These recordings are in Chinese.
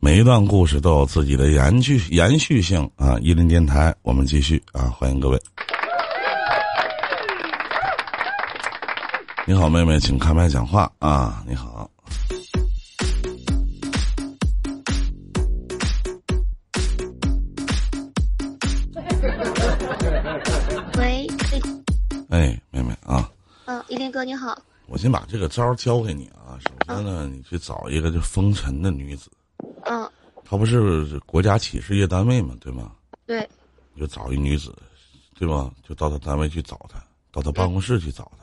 每一段故事都有自己的延续延续性啊！伊林电台，我们继续啊！欢迎各位。你好，妹妹，请开麦讲话啊！你好，喂，哎哎，妹妹啊，嗯、依林哥你好，我先把这个招儿教给你啊。首先呢，你去找一个这风尘的女子，嗯、她不是国家企事业单位嘛，对吗？对，你就找一女子，对吧？就到她单位去找她，到她办公室去找她。嗯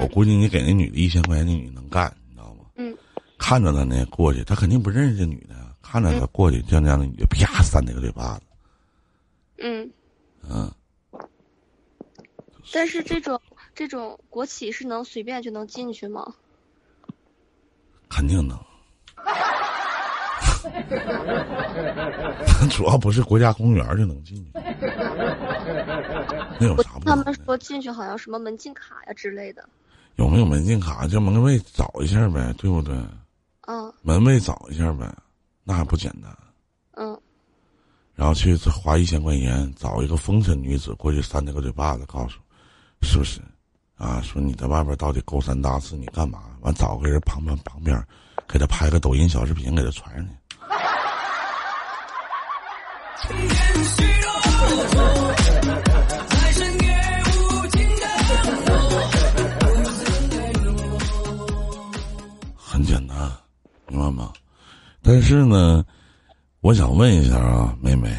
我估计你给那女的一千块钱，那女的能干，你知道吗？嗯，看着她呢，过去，她肯定不认识这女的呀，看着她过去，这样的女的啪扇她一个嘴巴子，嗯，嗯，但是这种这种国企是能随便就能进去吗？肯定能。 主要不是国家公园儿就能进去，那有我啥啊不听他能们的？说进去好像什么门禁卡呀之类的，有没有门禁卡？就门卫找一下呗，对不对？嗯门卫找一下呗，那还不简单？嗯然后去花一千块钱找一个风尘女子过去扇她个嘴巴子，告诉是不是？啊，说你在外边到底勾三搭四，你干嘛？完找个人旁边旁边，给她拍个抖音小视频，给她传上去。很简单，明白吗？但是呢，我想问一下啊，妹妹，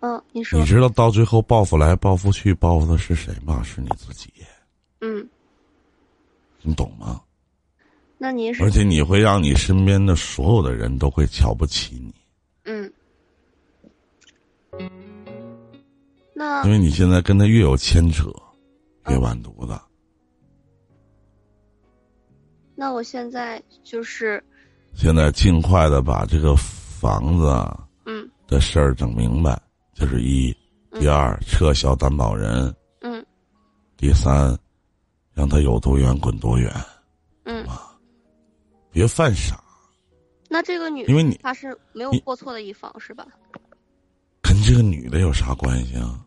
嗯，你说你，知道到最后报复来报复去报复的是谁吗？是你自己，嗯，你懂吗？那您是而，且你会让你身边的所有的人都会瞧不起你，嗯，那因为你现在跟他越有牵扯，越完犊子。那我现在就是，现在尽快的把这个房子啊嗯的事儿整明白，这是一；第二，撤销担保人；嗯第三，让他有多远滚多远，嗯，啊别犯傻。那这个女因为你她是没有你过错的一方是吧？跟这个女的有啥关系啊？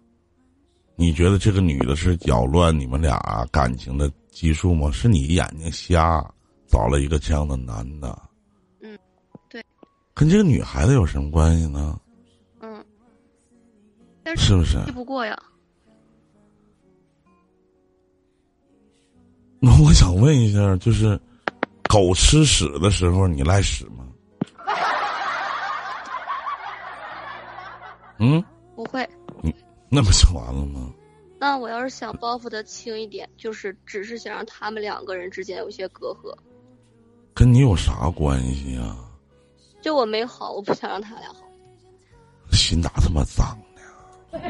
你觉得这个女的是搅乱你们俩感情的基数吗？是你眼睛瞎，找了一个这样的男的。嗯，对。跟这个女孩子有什么关系呢？嗯，但是是不是？气不过呀，那我想问一下，就是狗吃屎的时候，你赖屎吗？嗯，不会。那不就完了吗？那我要是想包袱的轻一点，就是只是想让他们两个人之间有一些隔阂。跟你有啥关系啊？就我没好，我不想让他俩好。心咋这么脏呢？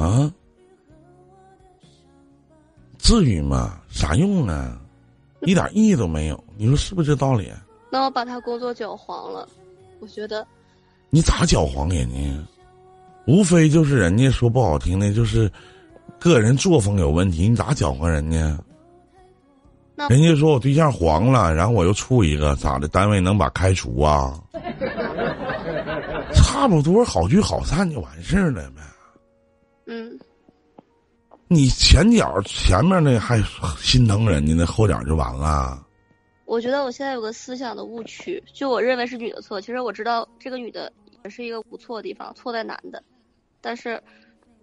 啊？至于吗？啥用啊？一点意义都没有。你说是不是这道理？啊那我把他工作搅黄了，我觉得，你咋搅黄人家呀？无非就是人家说不好听的，就是个人作风有问题。你咋搅黄人家？那人家说我对象黄了，然后我又处一个，咋的？单位能把开除啊？差不多好聚好散就完事儿了呗。嗯，你前脚前面那还心疼人家呢，后脚就完了。我觉得我现在有个思想的误区，就我认为是女的错，其实我知道这个女的也是一个不错的地方，错在男的，但是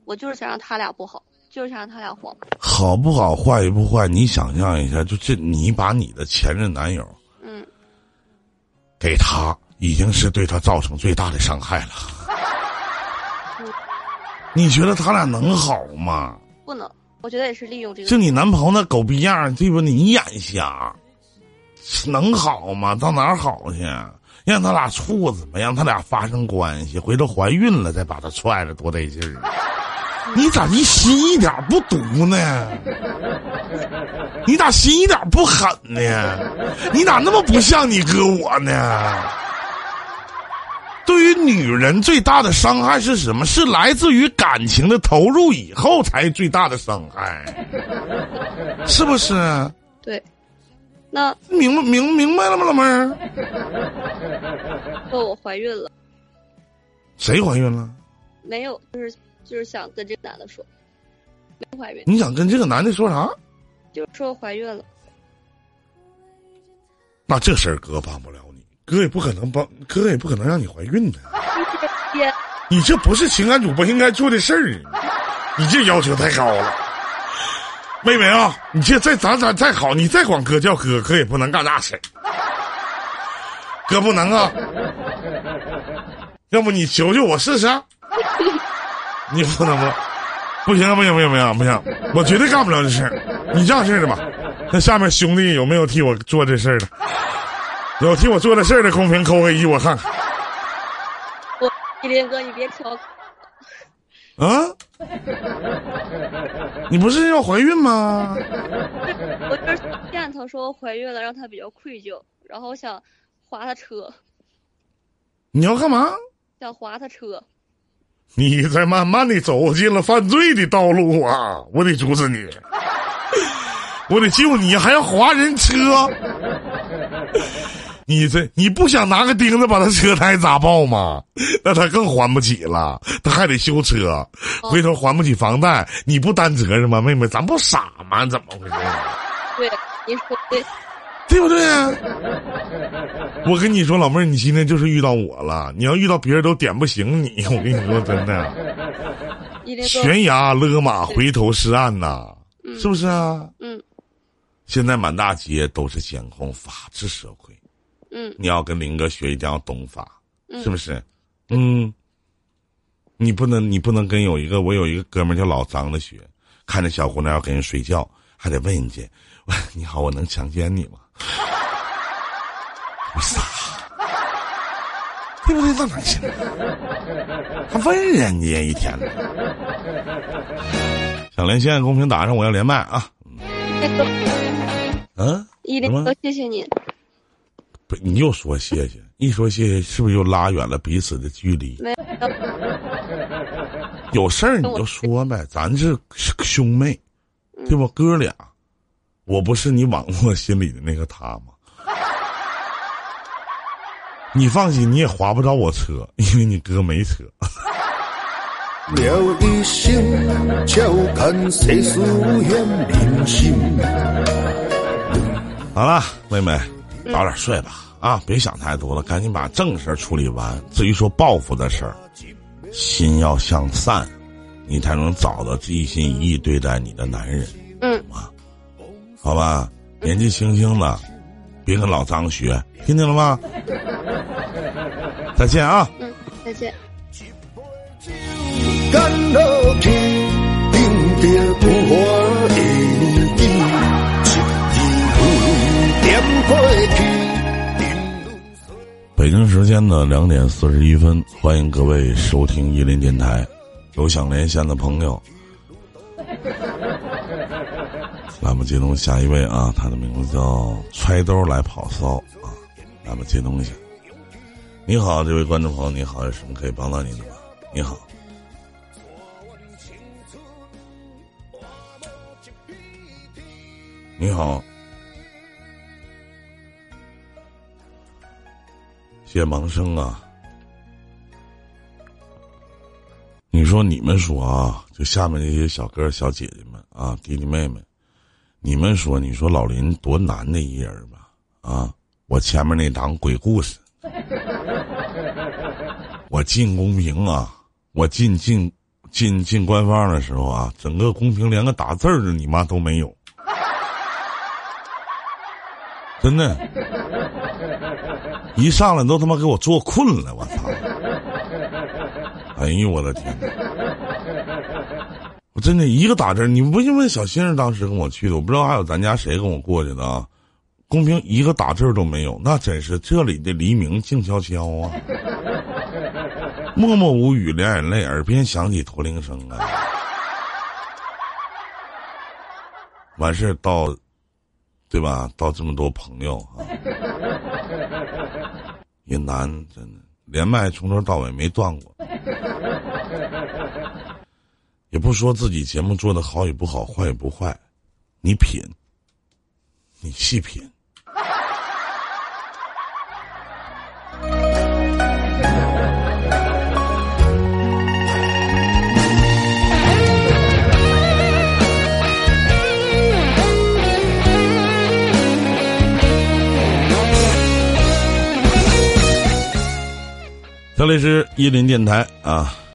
我就是想让他俩不好，就是想让他俩黄。好不好，坏与不坏，你想象一下，就这，你把你的前任男友嗯，给他，已经是对他造成最大的伤害了。你觉得他俩能好吗？不能，我觉得也是利用这就个。你男朋友那狗逼样儿，对不？你眼瞎，能好吗？到哪儿好去？让他俩处怎么样？他俩发生关系，回头怀孕了再把他踹了，多得劲儿啊！ 你咋一心一点不毒呢？你咋心一点不狠呢？你咋那么不像你哥我呢？对于女人最大的伤害是什么？是来自于感情的投入以后才最大的伤害，是不是？对，那明白明明白了吗，老妹儿？说我怀孕了，谁怀孕了？没有，就是就是想跟这个男的说，没怀孕，你想跟这个男的说啥？就是说我怀孕了。那这事儿哥帮不了你，哥也不可能帮，哥也不可能让你怀孕的。也你这不是情感主播应该做的事儿啊，你这要求太高了。妹妹啊，你这再咱咱再好，你再管哥叫哥，哥也不能干那事儿哥不能啊。要不你求求我试试、啊，你不能不，不行啊不行不行不行不行，我绝对干不了这事儿。你这样式儿的吧，那下面兄弟有没有替我做这事儿的？有替我做这事儿的，公屏扣个一，我看看。我依林哥，你别挑，啊？你不是要怀孕吗？我就是骗他说我怀孕了，让他比较愧疚，然后我想划他车，你要干嘛？想划他车，你在慢慢的走进了犯罪的道路啊！我得阻止你，我得救你，还要划人车？你这你不想拿个钉子把他车胎砸爆吗？那他更还不起了，他还得修车，回头还不起房贷，你不担责任吗？妹妹，咱不傻吗？怎么回事？对，你说对，对不对？啊我跟你说，老妹儿，你今天就是遇到我了。你要遇到别人都点不醒你， 我跟你说真嗯的，依林哥，悬崖勒马，回头是岸呐、嗯是不是啊？嗯现在满大街都是监控，法治社会，嗯你要跟林哥学，一定要懂法，嗯，是不是？嗯，你不能，你不能跟有一个我有一个哥们儿叫老张的学，看着小姑娘要跟人睡觉，还得问人家，喂 你好，我能强奸你吗？ 我傻，对不对？那哪行？还问人家一天呢？想连线，公屏打上，我要连麦啊！那个嗯、依林什么哥，谢谢你，不，你又说谢谢，一说谢谢，是不是又拉远了彼此的距离？没有，有事儿你就说呗，咱是兄妹，对吧？哥俩，我不是你网络心里的那个他吗？你放心，你也划不着我车，因为你哥没车。了一心，笑看世事无言人心。好了，妹妹，早点睡吧，啊，别想太多了，赶紧把正事儿处理完。至于说报复的事儿，心要向善，你才能找到一心一意对待你的男人。嗯，好吧，年纪轻轻的，别跟老张学，听见了吗？再见啊！嗯，再见。干落去，饮着不欢的年纪，一日昏点过去，沉沦。北京时间的两点四十一分，欢迎各位收听伊林电台。有想连线的朋友，咱们接通下一位啊，他的名字叫揣兜来跑骚啊，咱们接通一下。你好，这位观众朋友，你好，有什么可以帮到您的吗？你好，你好，谢盲生啊！你说你们说啊，就下面这些小哥儿小姐姐们啊，弟弟妹妹，你们说，你说老林多难的一人吧？啊，我前面那档鬼故事，我进公屏啊，我进进进进官方的时候啊，整个公屏连个打字儿的你妈都没有，真的。一上来都他妈给我做困了，我操！哎呦我的天哪！我真的一个打字儿，你不就问小星儿当时跟我去的，我不知道还有咱家谁跟我过去的啊？公屏一个打字儿都没有，那真是这里的黎明静悄悄啊，默默无语，两眼泪，耳边响起驼铃声啊。完事儿到，对吧？到这么多朋友啊。也难，真的连麦从头到尾没断过，也不说自己节目做的好与不好，坏与不坏，你品，你细品，这里是伊林电台啊，